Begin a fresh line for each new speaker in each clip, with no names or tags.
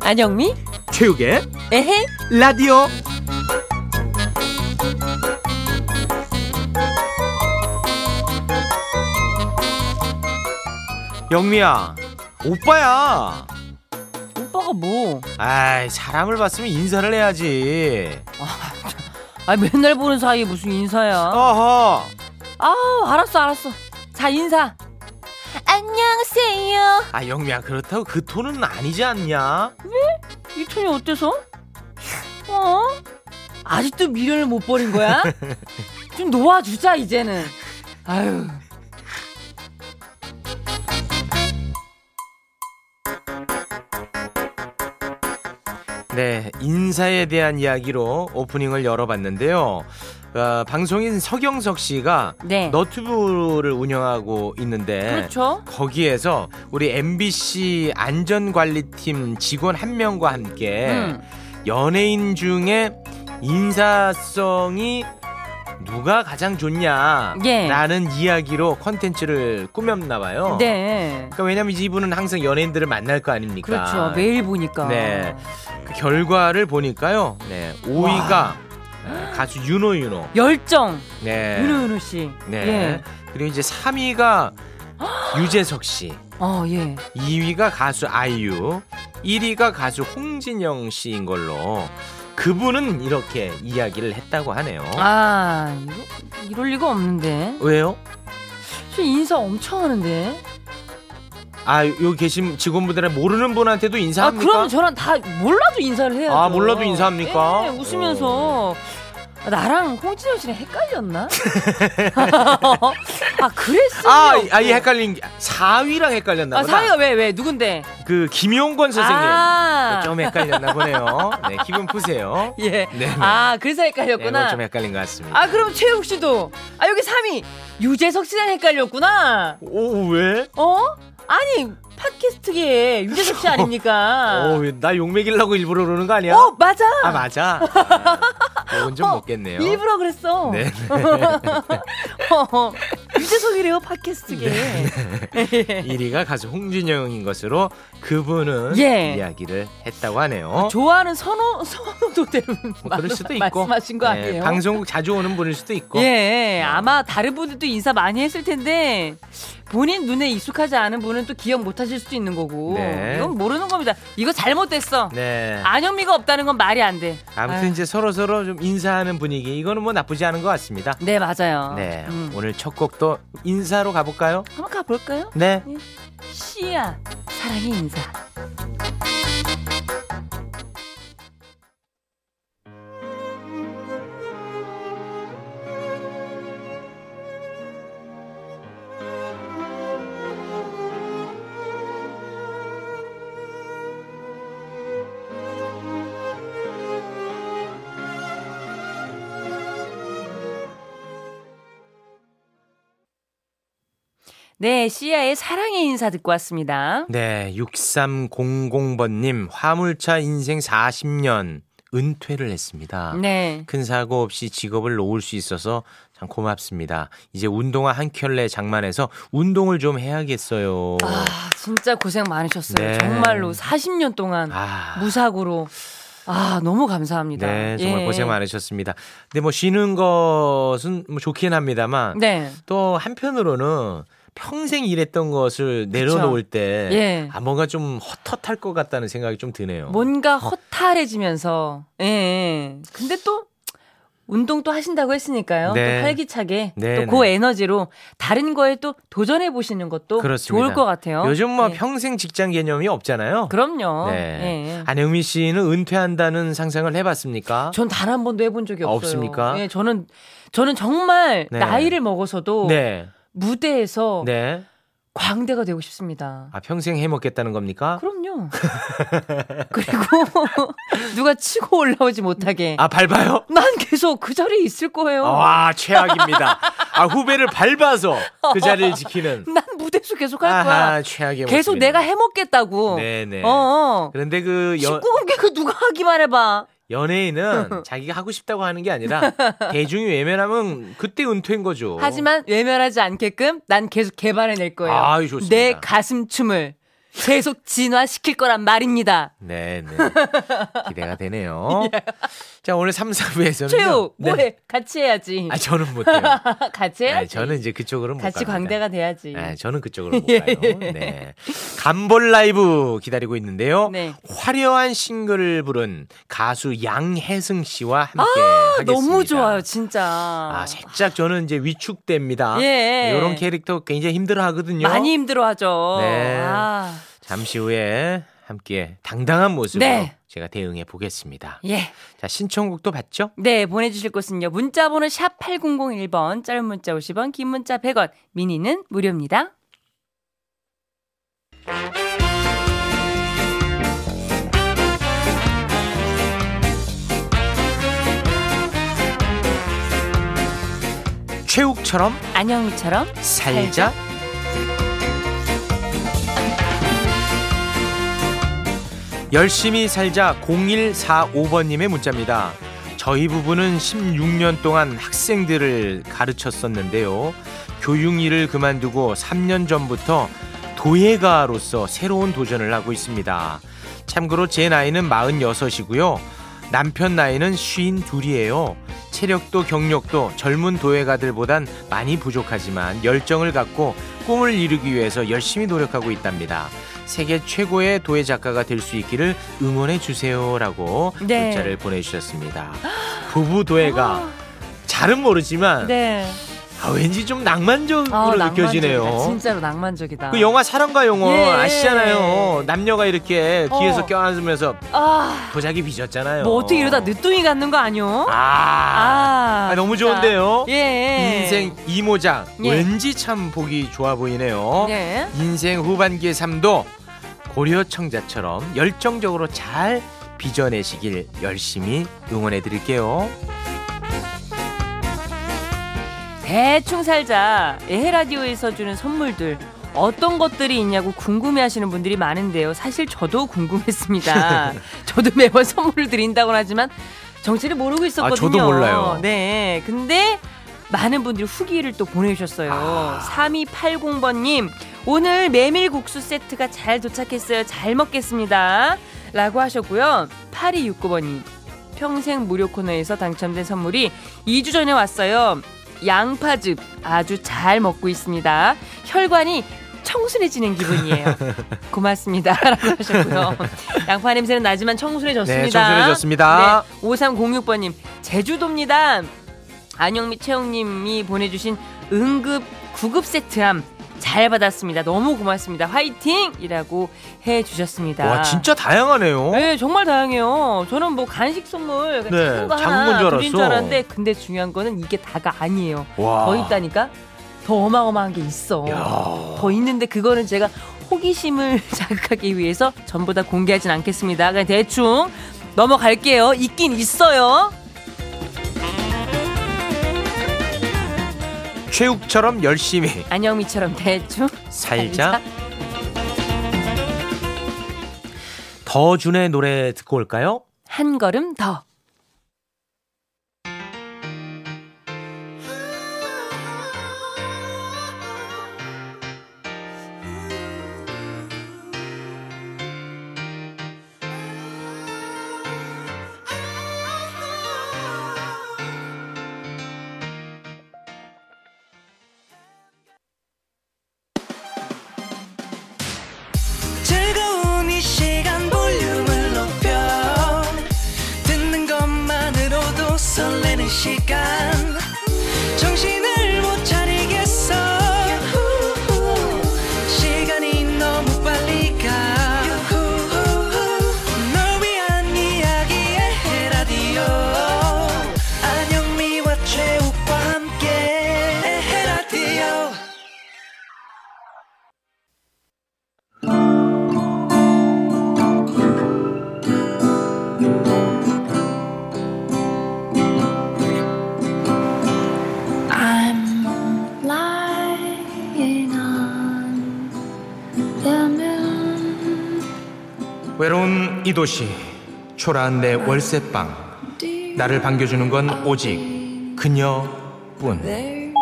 안영미?
체육의
에헤?
라디오 영미야 오빠야
오빠가 뭐?
아이 사람을 봤으면 인사를 해야지
아 맨날 보는 사이에 무슨 인사야?
어허
아 알았어 알았어. 자 인사. 안녕하세요.
아 영미야 그렇다고 그 톤은 아니지 않냐
이 톤이 어때서? 어? 아직도 미련을 못 버린 거야? 좀 놓아주자 이제는. 아유.
네, 인사에 대한 이야기로 오프닝을 열어봤는데요. 어, 방송인 서경석 씨가
네.
너튜브를 운영하고 있는데
그렇죠.
거기에서 우리 MBC 안전관리팀 직원 한 명과 함께
음.
연예인 중에 인사성이 누가 가장 좋냐라는
예.
이야기로 컨텐츠를 꾸몄나 봐요.
네.
그러니까 왜냐면 이분은 항상 연예인들을 만날 거 아닙니까?
그렇죠. 매일 보니까.
그러니까. 네. 그 결과를 보니까요. 네. 5위가 네, 가수 윤호 윤호.
열정.
네.
윤우윤우 씨.
네.
예.
그리고 이제 3위가 유재석 씨.
어 예.
2위가 가수 아이유. 1위가 가수 홍진영 씨인 걸로 그분은 이렇게 이야기를 했다고 하네요.
아 이거 이럴 리가 없는데.
왜요?
저 인사 엄청 하는데.
아, 여기 계신 직원분들은 모르는 분한테도
아
인사합니까?
그러면 저랑 다 몰라도 인사를 해야죠.
아, 몰라도 인사합니까?
예, 웃으면서 아, 나랑 홍진영 씨랑 헷갈렸나? 아 그랬어.
아, 아, 이 헷갈린 게 4위랑 헷갈렸나
아
보다.
사위가 왜 왜 누군데?
그 김용건 선생님.
아.
좀 헷갈렸나 보네요. 네, 기분 푸세요.
예.
네, 네.
아 그래서
네, 이건
헷갈렸구나.
좀 헷갈린 것 같습니다.
아 그럼 최욱 씨도 아 여기 3위 유재석 씨랑 헷갈렸구나.
오, 왜?
어? 아니 팟캐스트계에 유재석 씨 아닙니까?
오, 나 욕먹이려고 일부러 그러는 거 아니야?
어 맞아.
아, 맞아. 아, 이건 좀
어,
먹겠네요.
일부러 그랬어.
네.
어, 유재석이래요
네,
팟캐스트계.
1위가 가수 홍진영인 것으로 그분은
예.
이야기를 했다고 하네요.
어? 좋아하는 선호 선호도 되는
어? 뭐 그럴 수도 있고.
말씀하신 거
네,
아니에요?
방송국 자주 오는 분일 수도 있고. 네.
예, 아마 다른 분들도 인사 많이 했을 텐데 본인 눈에 익숙하지 않은 분은 또 기억 못하실 수도 있는 거고
네.
이건 모르는 겁니다. 이거 잘못됐어.
네.
안현미가 없다는 건 말이 안 돼.
아무튼
아, 아유.
이제 서로 서로 좀 인사하는 분위기 이거는 뭐 나쁘지 않은 것 같습니다.
네 맞아요.
네.
음.
오늘 첫 곡도 인사로 가볼까요?
한번 가볼까요?
네.
씨야 사랑의 인사. 네, 씨야의 사랑의 인사 듣고 왔습니다.
네, 6300번님, 화물차 인생 40년 은퇴를 했습니다.
네.
큰 사고 없이 직업을 놓을 수 있어서 참 고맙습니다. 이제 운동화 한 켤레 장만해서 운동을 좀 해야겠어요.
아, 진짜 고생 많으셨어요.
네.
정말로 40년 동안
아,
무사고로. 아, 너무 감사합니다.
네, 정말
예.
고생 많으셨습니다. 근데 뭐 쉬는 것은 뭐 좋긴 합니다만
네.
또 한편으로는 평생 일했던 것을 내려놓을 때
예.
아, 어. 뭔가 좀 헛헛할 것 같다는 생각이 좀 드네요.
뭔가 허탈해지면서. 예, 예. 근데 또 운동 또 하신다고 했으니까요.
네.
또 활기차게
네,
또 그
네.
에너지로 다른 거에 또 도전해 보시는 것도
그렇습니다.
좋을 것 같아요.
요즘 뭐
예.
평생 직장 개념이 없잖아요.
그럼요.
네.
예, 예.
안영미 씨는 은퇴한다는 상상을 해봤습니까?
전 단 한 번도 해본 적이
아,
없어요.
없습니까?
예, 저는 저는 정말
네.
나이를 먹어서도
네.
무대에서
네.
광대가 되고 싶습니다.
아 평생 해먹겠다는 겁니까?
그럼요. 그리고 누가 치고 올라오지 못하게
아 밟아요? 아,
난 계속 그 자리에 있을 거예요.
와 최악입니다. 아 후배를 밟아서 그 자리를 지키는.
난 무대에서 계속 할 음, 거야.
아하, 최악의
계속
모습이네.
내가 해먹겠다고.
네네.
어, 어.
그런데 그 연,
19금계 그 누가 하기만 해봐.
연예인은 자기가 하고 싶다고 하는 게 아니라 대중이 외면하면 그때 은퇴인 거죠.
하지만 외면하지 않게끔 난 계속 개발해낼 거예요.
아유, 좋습니다.
내 가슴춤을 계속 진화시킬 거란 말입니다.
네네. 기대가 되네요. 자, 오늘 3, 4부에서는.
예. 최우 뭐해? 같이 해야지.
네. 아, 저는 못해요.
같이
아,
해야지.
저는 이제 그쪽으로 못
같이
갑니다.
광대가 돼야지.
아, 저는 그쪽으로 못
예.
가요. 네. 간볼 라이브 기다리고 있는데요.
네.
화려한 싱글을 부른 가수 양혜승 씨와 함께 하겠습니다.
아, 너무 좋아요, 진짜.
아, 살짝 저는 이제 위축됩니다.
예.
이런 캐릭터 굉장히 힘들어 하거든요.
많이 힘들어하죠.
네.
아,
잠시 후에 함께 당당한 모습으로
네.
제가 대응해 보겠습니다.
예.
자, 신청곡도 받죠?
네, 보내주실 곳은요. 문자번호 샵 8001번, 짧은 문자 50원, 긴 문자 100원, 미니는 무료입니다.
최욱처럼
안영미처럼
살자. 열심히 살자 0145번님의 문자입니다. 저희 부부는 16년 동안 학생들을 가르쳤었는데요. 교육 일을 그만두고 3년 전부터 도예가로서 새로운 도전을 하고 있습니다. 참고로 제 나이는 46이고요. 남편 나이는 52이에요. 체력도 경력도 젊은 도예가들보단 많이 부족하지만 열정을 갖고 꿈을 이루기 위해서 열심히 노력하고 있답니다. 세계 최고의 도예 작가가 될 수 있기를 응원해 주세요라고
네. 아.
문자를 보내주셨습니다. 부부 도예가 잘은 모르지만
네.
아, 왠지 좀 낭만적으로
아, 낭만적이다.
느껴지네요.
진짜로 낭만적이다.
그 영화 사랑과 영혼
예.
아시잖아요. 남녀가 이렇게 귀에서
어.
껴안으면서
아,
도자기 빚었잖아요.
뭐 어떻게 이러다 늦둥이 갖는 거 아니요?
아,
아,
아, 너무
진짜.
좋은데요.
예.
인생 이모작
예.
왠지 참 보기 좋아 보이네요.
예.
인생 후반기의 삶도 고려 청자처럼 열정적으로 잘 빚어내시길 열심히 응원해 드릴게요.
대충 살자. 에헤 라디오에서 주는 선물들 어떤 것들이 있냐고 궁금해하시는 분들이 많은데요. 사실 저도 궁금했습니다. 저도 매번 선물을 드린다고 하지만 정체를 모르고 있었거든요.
아, 저도 몰라요.
네, 근데 많은 분들이 후기를 또 보내주셨어요.
아.
3280번님, 오늘 메밀국수 세트가 잘 도착했어요. 잘 먹겠습니다. 라고 하셨고요. 8269번님, 평생 무료 코너에서 당첨된 선물이 2주 전에 왔어요. 양파즙 아주 잘 먹고 있습니다. 혈관이 청순해지는 기분이에요. 고맙습니다. 라고 하셨고요. 양파 냄새는 나지만 청순해졌습니다.
네, 청소해졌습니다.
네, 5306번님 제주도입니다. 안영미 채영님이 보내주신 응급 구급 세트함 잘 받았습니다. 너무 고맙습니다. 화이팅이라고 해주셨습니다.
와 진짜 다양하네요.
네, 정말 다양해요. 저는 뭐 간식 선물 그냥
네,
작은 거
작은
하나
건줄
드린 줄
알았어.
알았는데 근데 중요한 거는 이게 다가 아니에요.
와.
더 있다니까 더 어마어마한 게 있어.
야.
더 있는데 그거는 제가 호기심을 자극하기 위해서 전부 다 공개하진 않겠습니다. 그냥 대충 넘어갈게요. 있긴 있어요.
최욱처럼 열심히
안영미처럼 대충
살자. 더준의 노래 듣고 올까요?
한 걸음 더.
즐거운 이 시간 볼륨을 높여 듣는
이 도시 초라한 내 월세방 나를 반겨주는 건 오직 그녀뿐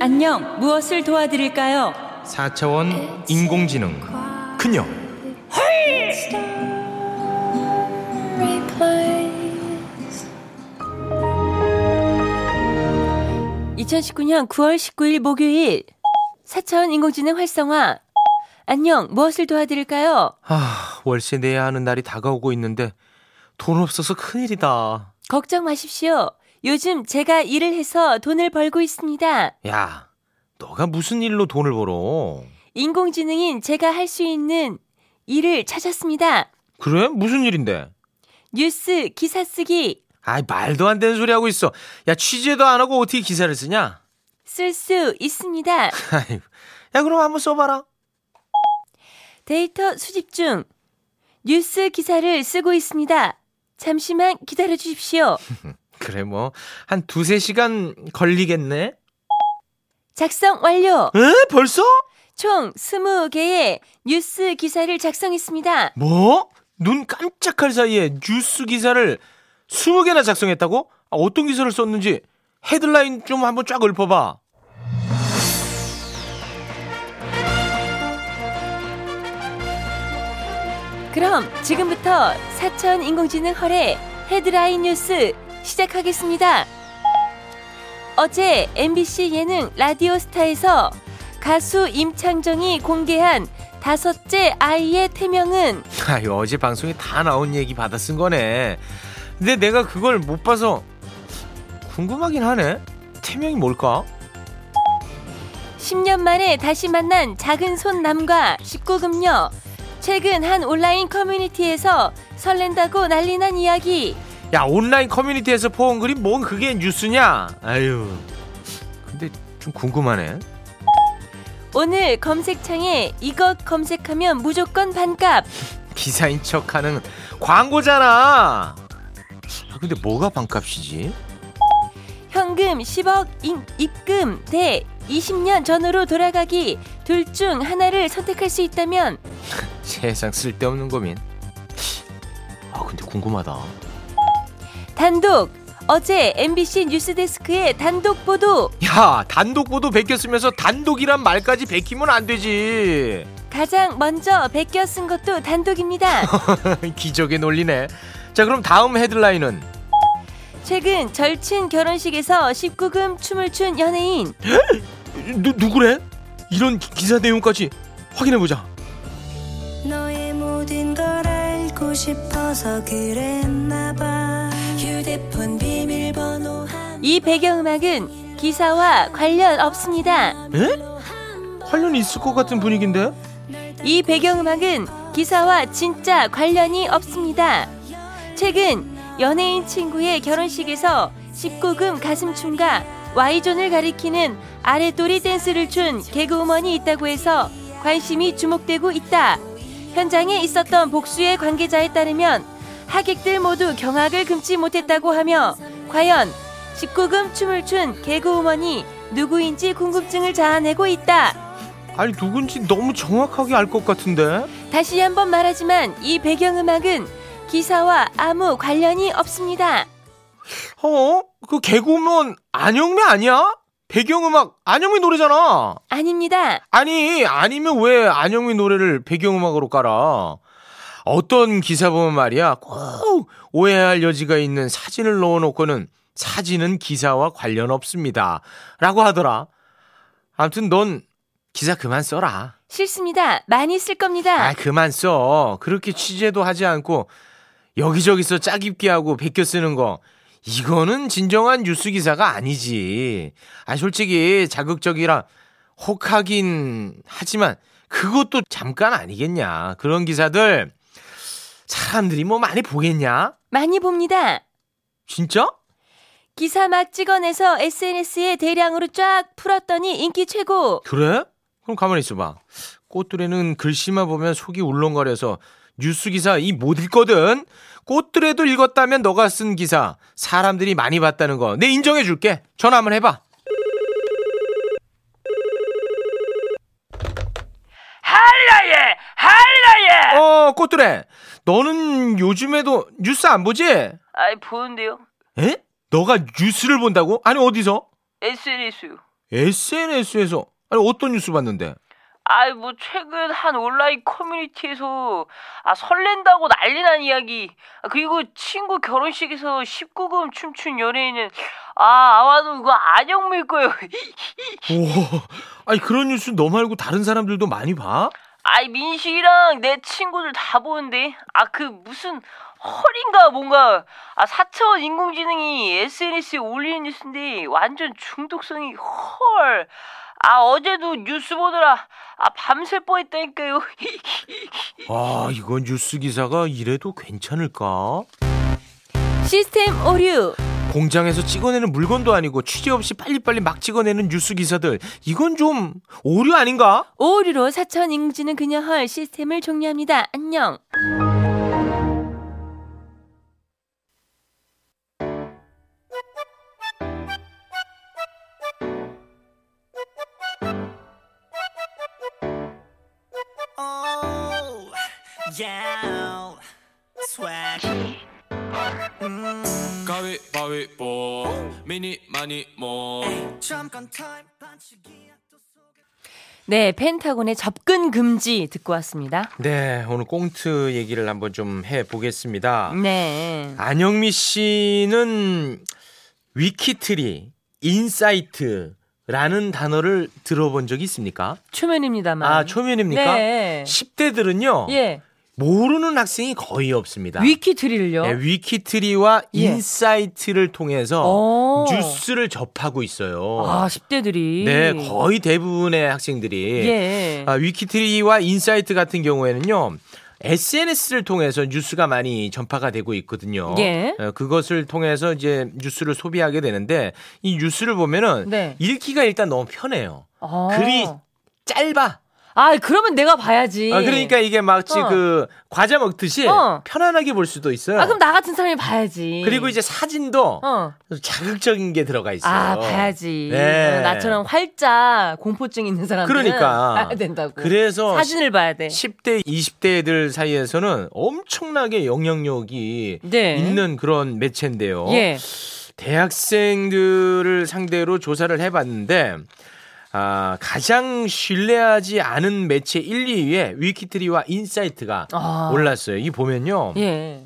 안녕, 무엇을 도와드릴까요?
4차원 인공지능 그녀
replace
2019년 9월 19일 목요일 사천 인공지능 활성화 안녕 무엇을 도와드릴까요?
아 월세 내야 하는 날이 다가오고 있는데 돈 없어서 큰일이다
걱정 마십시오. 요즘 제가 일을 해서 돈을 벌고 있습니다.
야 너가 무슨 일로 돈을 벌어
인공지능인 제가 할 수 있는 일을 찾았습니다.
그래 무슨 일인데
뉴스 기사 쓰기
아이 말도 안 되는 소리 하고 있어 야 취재도 안 하고 어떻게 기사를 쓰냐
쓸 수 있습니다.
아이고, 야 그럼 한번 써봐라
데이터 수집 중 뉴스 기사를 쓰고 있습니다. 잠시만 기다려 주십시오.
그래 뭐 한 두세 시간 걸리겠네
작성 완료.
에 벌써
총 20개의 뉴스 기사를 작성했습니다.
뭐? 눈 깜짝할 사이에 뉴스 기사를 20개나 작성했다고? 아, 어떤 기사를 썼는지 헤드라인 좀 한번 쫙 읊어봐.
그럼 지금부터 사천 인공지능 허례 헤드라인 뉴스 시작하겠습니다. 어제 MBC 예능 라디오스타에서 가수 임창정이 공개한 다섯째 아이의 태명은
아유, 어제 방송에 다 나온 얘기 받아 쓴 거네. 근데 내가 그걸 못 봐서 궁금하긴 하네. 태명이 뭘까?
10년 만에 다시 만난 작은 손 남과 19금녀. 최근 한 온라인 커뮤니티에서 설렌다고 난리 난 이야기.
야, 온라인 커뮤니티에서 포옹 그림 뭔 그게 뉴스냐? 아유. 근데 좀 궁금하네.
오늘 검색창에 이것 검색하면 무조건 반값.
기사인 척 하는 광고잖아. 아, 근데 뭐가 반값이지?
현금 10억 인- 입금 대 20년 전으로 돌아가기 둘 중 하나를 선택할 수 있다면
세상 쓸데없는 고민. 아 근데 궁금하다.
단독 어제 MBC 뉴스데스크의 단독 보도
야 단독 보도 베꼈으면서 단독이란 말까지 베끼면 안 되지.
가장 먼저 베껴 쓴 것도 단독입니다.
기적의 논리네. 자 그럼 다음 헤드라인은
최근 절친 결혼식에서 19금 춤을 춘 연예인
누 누구래? 이런 기- 기사 내용까지 확인해 보자.
너의 모든 걸 알고 싶어서 그랬나 봐 휴대폰 비밀번호 한
이 배경음악은 기사와 관련 없습니다.
에? 예? 관련이 있을 것 같은 분위기인데?
이 배경음악은 기사와 진짜 관련이 없습니다. 최근 연예인 친구의 결혼식에서 19금 가슴춤과 Y존을 가리키는 아래돌이 댄스를 춘 개그우먼이 있다고 해서 관심이 주목되고 있다. 현장에 있었던 복수의 관계자에 따르면 하객들 모두 경악을 금치 못했다고 하며 과연 19금 춤을 춘 개그우먼이 누구인지 궁금증을 자아내고 있다.
아니 누군지 너무 정확하게 알 것 같은데?
다시 한번 말하지만 이 배경음악은 기사와 아무 관련이 없습니다.
어? 그 개그우먼 안영미 아니야? 배경음악 안영미 노래잖아.
아닙니다.
아니 아니면 왜 안영미 노래를 배경음악으로 깔아? 어떤 기사 보면 말이야 꼭 오해할 여지가 있는 사진을 넣어놓고는 사진은 기사와 관련 없습니다라고 하더라. 아무튼 넌 기사 그만 써라.
싫습니다. 많이 쓸 겁니다.
아 그만 써. 그렇게 취재도 하지 않고 여기저기서 짜깁기 하고 베껴 쓰는 거. 이거는 진정한 뉴스 기사가 아니지. 아 솔직히 자극적이라 혹하긴 하지만 그것도 잠깐 아니겠냐. 그런 기사들 사람들이 뭐 많이 보겠냐?
많이 봅니다.
진짜?
기사 막 찍어내서 SNS에 대량으로 쫙 풀었더니 인기 최고.
그래? 그럼 가만히 있어봐. 꽃들에는 글씨만 보면 속이 울렁거려서 뉴스 기사 이 못 읽거든. 꽃들에도 읽었다면 너가 쓴 기사 사람들이 많이 봤다는 거 내 인정해 줄게. 전화 한번 해봐.
할라예! 할라예!
어 꽃들에 너는 요즘에도 뉴스 안 보지? 에?
아이 보는데요.
너가 뉴스를 본다고? 아니 어디서?
SNS요.
SNS에서 아니 어떤 뉴스 봤는데?
아이 뭐 최근 한 온라인 커뮤니티에서 아 설렌다고 난리난 이야기 아, 그리고 친구 결혼식에서 19금 춤춘 연예인은 아 아마도 그거 안영미일 거예요
우와, 아니 그런 뉴스 너 말고 다른 사람들도 많이 봐?
아이 민식이랑 내 친구들 다 보는데 아 그 무슨 헐인가 뭔가 아 사차원 인공지능이 SNS에 올리는 뉴스인데 완전 중독성이 헐 아 어제도 뉴스 보느라 아 밤샐 뻔했다니까요
아, 이건 뉴스 기사가 이래도 괜찮을까?
시스템 오류
공장에서 찍어내는 물건도 아니고 취재 없이 빨리빨리 막 찍어내는 뉴스 기사들 이건 좀 오류 아닌가?
오류로 사천 인공지능 그녀 헐 시스템을 종료합니다. 안녕.
Oh, yeah, swag.
가위바위보 미니 많이 모
잠깐 음, 타임 반칙이야 또 속에.
네, 펜타곤의 접근 금지 듣고 왔습니다.
네, 오늘 꽁트 얘기를 한번 좀 해보겠습니다.
네.
아, 안영미 씨는 위키트리, 인사이트라는 단어를 들어본 적이 있습니까?
초면입니다만.
아, 초면입니까?
네.
10대들은요,
예.
모르는 학생이 거의 없습니다.
위키트리를요.
네, 위키트리와
예.
인사이트를 통해서
어.
뉴스를 접하고 있어요.
아, 10대들이.
네, 거의 대부분의 학생들이
예.
아, 위키트리와 인사이트 같은 경우에는요. SNS를 통해서 뉴스가 많이 전파가 되고 있거든요.
예.
어, 그것을 통해서 이제 뉴스를 소비하게 되는데 이 뉴스를 보면은
네.
읽기가 일단 너무 편해요.
어.
글이 짧아.
아, 그러면 내가 봐야지.
아, 그러니까 이게 마치
예. 어.
그 과자 먹듯이
어.
편안하게 볼 수도 있어요.
아, 그럼 나 같은 사람이 봐야지.
그리고 이제 사진도
예. 어.
자극적인 게 들어가 있어요.
아, 봐야지.
네.
어, 나처럼 활짝 공포증 있는 사람들은
그러니까.
봐야 된다고.
그래서
사진을 봐야 돼.
10대, 20대 애들 사이에서는 엄청나게 영향력이
네.
있는 그런 매체인데요.
예.
대학생들을 상대로 조사를 해봤는데 아, 가장 신뢰하지 않은 매체 1, 2위에 위키트리와 인사이트가
아.
올랐어요. 이 보면요.
예.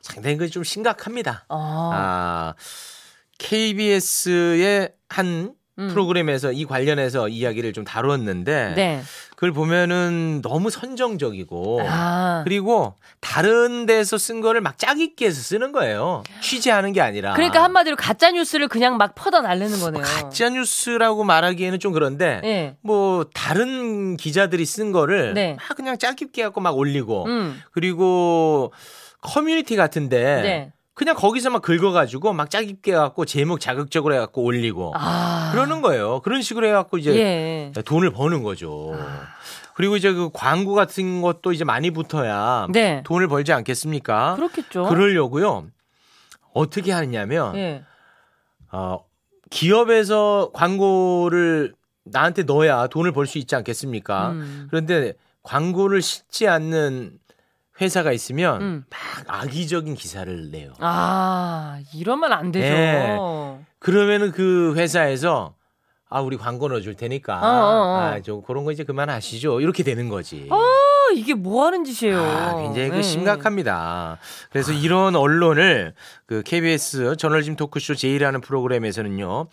상당히 그게 좀 심각합니다.
아.
아, KBS의 한
음.
프로그램에서 이 관련해서 이야기를 좀 다뤘는데
네.
그걸 보면은 너무 선정적이고
아.
어. 그리고 다른 데서 쓴 거를 막 짜깁기 해서 쓰는 거예요. 취재하는 게 아니라.
그러니까 한마디로 가짜 뉴스를 그냥 막 퍼다 날리는 거네요.
가짜 뉴스라고 말하기에는 좀 그런데
예.
뭐 다른 기자들이 쓴 거를
네.
막 그냥 짜깁기 갖고 막 올리고
음.
그리고 커뮤니티 같은데
네.
그냥 거기서 막 긁어가지고 막 짜깁기 해갖고 제목 자극적으로 해갖고 올리고
아.
그러는 거예요. 그런 식으로 해갖고 이제 네.
예. 아.
돈을 버는 거죠. 그리고 이제 그 광고 같은 것도 이제 많이 붙어야
네.
돈을 벌지 않겠습니까?
그렇겠죠.
그러려고요. 어떻게 하느냐면
예.
어, 기업에서 광고를 나한테 넣어야 돈을 벌 수 있지 않겠습니까?
음.
그런데 광고를 싣지 않는 회사가 있으면
음.
막 악의적인 기사를 내요.
아, 이러면 안 되죠. 아,
예. 그러면은 그 회사에서 아 우리 광고 넣어줄 테니까
어, 어, 어.
아좀 그런 거 이제 그만하시죠 이렇게 되는 거지.
아, 이게 뭐 하는 짓이에요.
아, 굉장히 그
예.
심각합니다. 그래서 이런 언론을 그 KBS 저널즘 토크쇼 제이라는 프로그램에서는요.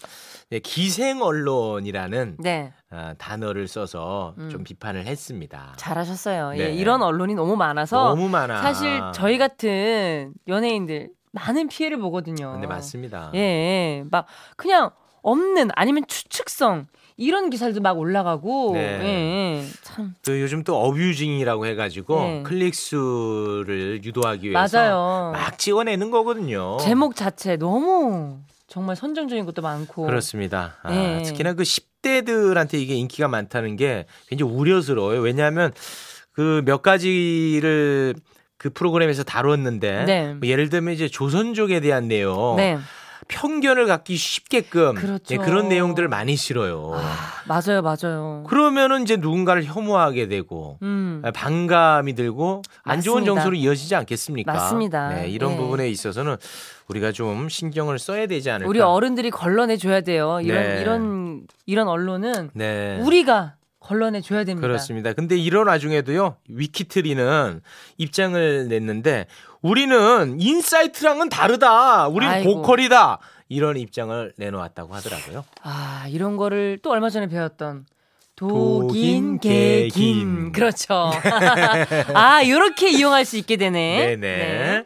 네, 기생 언론이라는
네.
아, 단어를 써서 좀
음.
비판을 했습니다.
잘하셨어요.
네.
예. 이런 언론이 너무 많아서
너무 많아.
사실 저희 같은 연예인들 많은 피해를 보거든요.
근데 네, 맞습니다.
예, 예, 막 그냥 없는 아니면 추측성 이런 기사들도 막 올라가고
네.
예, 예, 참
그 요즘 또 어뷰징이라고 해가지고
네.
클릭 수를 유도하기 위해서
맞아요.
막 찍어내는 거거든요.
제목 자체 너무 정말 선정적인 것도 많고
그렇습니다. 아,
네.
특히나 그 10대들한테 이게 인기가 많다는 게 굉장히 우려스러워요. 왜냐하면 그 몇 가지를 그 프로그램에서 다뤘는데
네.
뭐 예를 들면 이제 조선족에 대한 내용
네.
편견을 갖기 쉽게끔
그렇죠.
예, 그런 내용들을 많이 실어요.
아, 맞아요, 맞아요.
그러면은 이제 누군가를 혐오하게 되고
음.
아, 반감이 들고 안 좋은
맞습니다.
정서로 이어지지 않겠습니까?
맞습니다.
네, 이런
예.
부분에 있어서는 우리가 좀 신경을 써야 되지 않을까?
우리 어른들이 걸러내 줘야 돼요. 이런
그러니까. 네.
이런 이런 언론은
네.
우리가 걸러내 줘야 됩니다.
그렇습니다. 근데 이런 와중에도요, 위키트리는 입장을 냈는데, 우리는 인사이트랑은 다르다! 우리는
아이고.
보컬이다! 이런 입장을 내놓았다고 하더라고요.
아 이런 거를 또 얼마 전에 배웠던
독인,
독인 개김
개김.
그렇죠. 아 이렇게 이용할 수 있게 되네.
네네.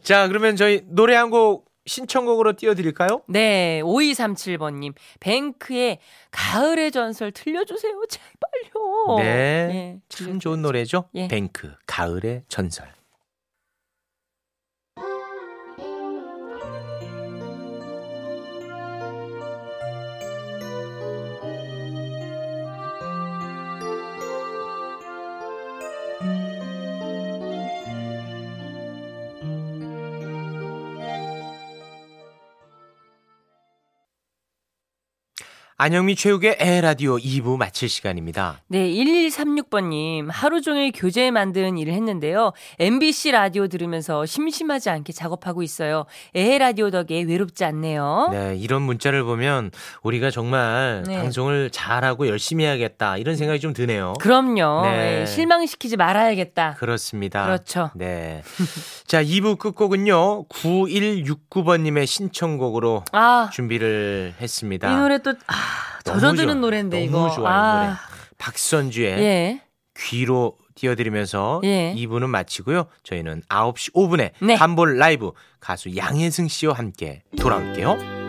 자, 그러면 저희 노래 한 곡 신청곡으로 띄워드릴까요?
네, 5237번님, 뱅크의 가을의 전설 들려주세요, 제발요.
네.
예,
참 좋은 노래죠?
예.
뱅크, 가을의 전설. 안영미 최욱의 에라디오 2부 마칠 시간입니다.
네, 1136번님, 하루 종일 교재 만드는 일을 했는데요. MBC 라디오 들으면서 심심하지 않게 작업하고 있어요. 에 라디오 덕에 외롭지 않네요.
네, 이런 문자를 보면 우리가 정말
어? 네.
방송을 잘하고 열심히 해야겠다 이런 생각이 좀 드네요.
그럼요.
네.
예, 실망시키지 말아야겠다.
렇습니다
그렇죠.
네. 자, 2부 끝곡은요. 9169번님의 신청곡으로
아,
준비를 했습니다.
이 노래 또, 아,
너무 좋아.
젖어드는 노래인데, 이거.
너무 좋아요,
아,
노래. 네. 박선주의
예.
귀로 띄워드리면서
예.
2부는 마치고요. 저희는 9시 5분에
네.
한볼 라이브 가수 양혜승 씨와 함께 돌아올게요.